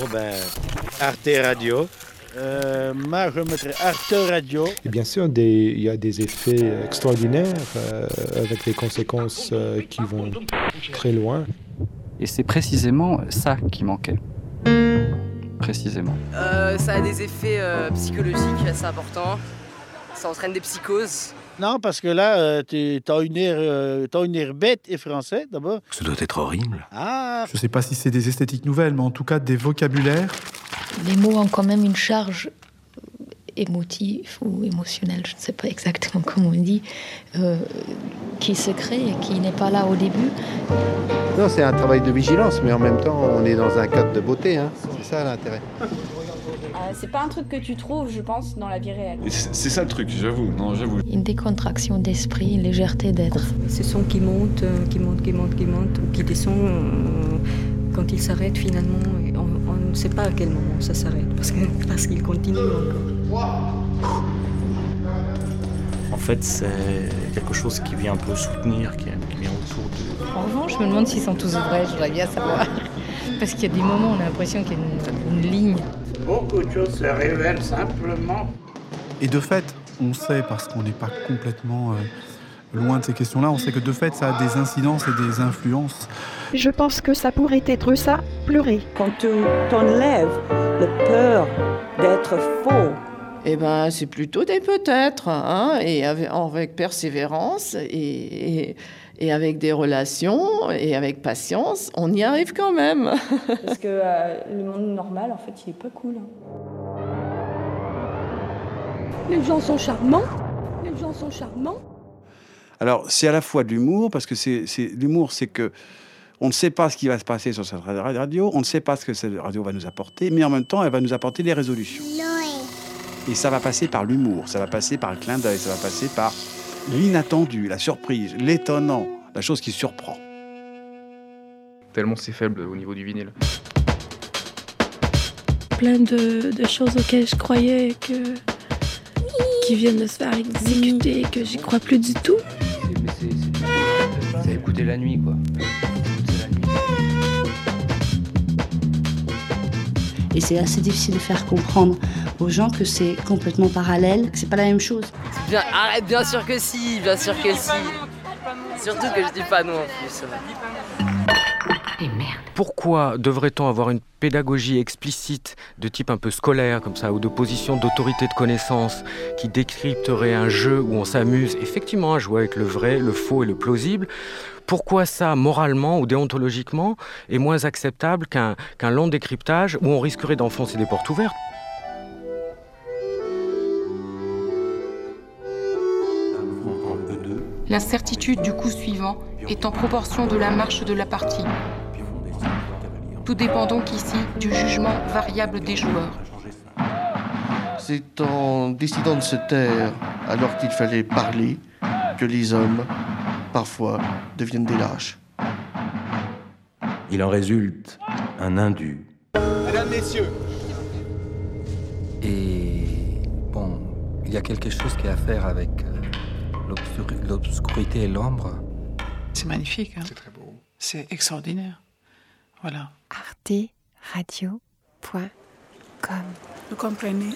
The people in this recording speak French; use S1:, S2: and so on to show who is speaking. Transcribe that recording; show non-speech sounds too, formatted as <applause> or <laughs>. S1: Oh ben, Arte Radio. Euh, moi, je mettrais Arte Radio.
S2: Et bien sûr, des- il y a des effets extraordinaires euh, avec des conséquences euh, qui vont très loin.
S3: Et c'est précisément ça qui manquait. Précisément.
S4: Euh, ça a des effets euh, psychologiques assez importants. Ça entraîne des psychoses.
S1: Non, parce que là, euh, tu as une air, euh, t'as une air bête et français d'abord.
S5: Ça doit être horrible.
S1: Ah,
S6: Je sais pas si c'est des esthétiques nouvelles, mais en tout cas des vocabulaires.
S7: Les mots ont quand même une charge émotive ou émotionnelle, je ne sais pas exactement comment on dit, euh, qui se crée et qui n'est pas là au début.
S8: Non, c'est un travail de vigilance, mais en même temps, on est dans un cadre de beauté. hein. C'est ça l'intérêt.
S9: Euh, c'est pas un truc que tu trouves, je pense, dans la vie réelle.
S10: C'est ça le truc, j'avoue. Non, j'avoue.
S7: Une décontraction d'esprit, une légèreté d'être.
S9: Ce son qui monte, euh, qui monte, qui monte, qui monte, ou qui descend, on- quand il s'arrête finalement, et on, on ne sait pas à quel moment ça s'arrête, parce que- <laughs> parce qu'il continue encore.
S11: En fait, c'est quelque chose qui vient un peu soutenir, qui, qui vient autour de.
S12: En revanche, je me demande s'ils sont tous vrais, je voudrais bien savoir. Parce qu'il y a des moments où on a l'impression qu'il y a une, une ligne.
S13: Beaucoup de choses se révèlent simplement.
S6: Et de fait, on sait, parce qu'on n'est pas complètement euh, loin de ces questions-là, on sait que de fait, ça a des incidences et des influences.
S14: Je pense que ça pourrait être ça, pleurer.
S15: Quand tu t'enlèves la peur d'être faux,
S16: Eh ben, c'est plutôt des peut-être, hein, et avec, avec persévérance et, et- et avec des relations et avec patience, on y arrive quand même.
S9: Parce que euh, <laughs> le monde normal, en fait, il est pas cool. hein.
S14: Les gens sont charmants. Les gens sont charmants.
S17: Alors, c'est à la fois de l'humour, parce que c'est c'est- l'humour, c'est que on ne sait pas ce qui va se passer sur cette ra- radio, on ne sait pas ce que cette radio va nous apporter, mais en même temps, elle va nous apporter des résolutions. Et ça va passer par l'humour, ça va passer par le clin d'œil, ça va passer par l'inattendu, la surprise, l'étonnant, la chose qui surprend.
S18: Tellement c'est faible au niveau du vinyle.
S19: plein de, de choses auxquelles je croyais et que qui viennent de se faire exécuter et que j'y crois plus du tout.
S20: Vous avez écouté la nuit, quoi.
S5: Et c'est assez difficile de faire comprendre aux gens que c'est complètement parallèle, que c'est pas la même chose.
S4: Bien, arrête, bien sûr que si, bien sûr que si. Surtout que je dis pas non en plus.
S20: Pourquoi devrait-on avoir une pédagogie explicite de type un peu scolaire, comme ça, ou de position d'autorité de connaissance, qui décrypterait un jeu où on s'amuse effectivement à jouer avec le vrai, le faux et le plausible Pourquoi ça, moralement ou déontologiquement, est moins acceptable qu'un qu'un long décryptage où on risquerait d'enfoncer des portes ouvertes
S8: L'incertitude du coup suivant est en proportion de la marche de la partie. Tout dépend donc ici du jugement variable des joueurs. C'est en décidant de se taire alors qu'il fallait parler que les hommes, parfois, deviennent des lâches.
S5: Il en résulte un indu.
S8: Mesdames, Messieurs,
S11: Et bon, il y a quelque chose qui a à faire avec euh, l'obscur- l'obscurité et l'ombre.
S1: C'est magnifique. C'est très beau. C'est extraordinaire. Voilà.
S6: arteradio.com.
S1: Vous comprenez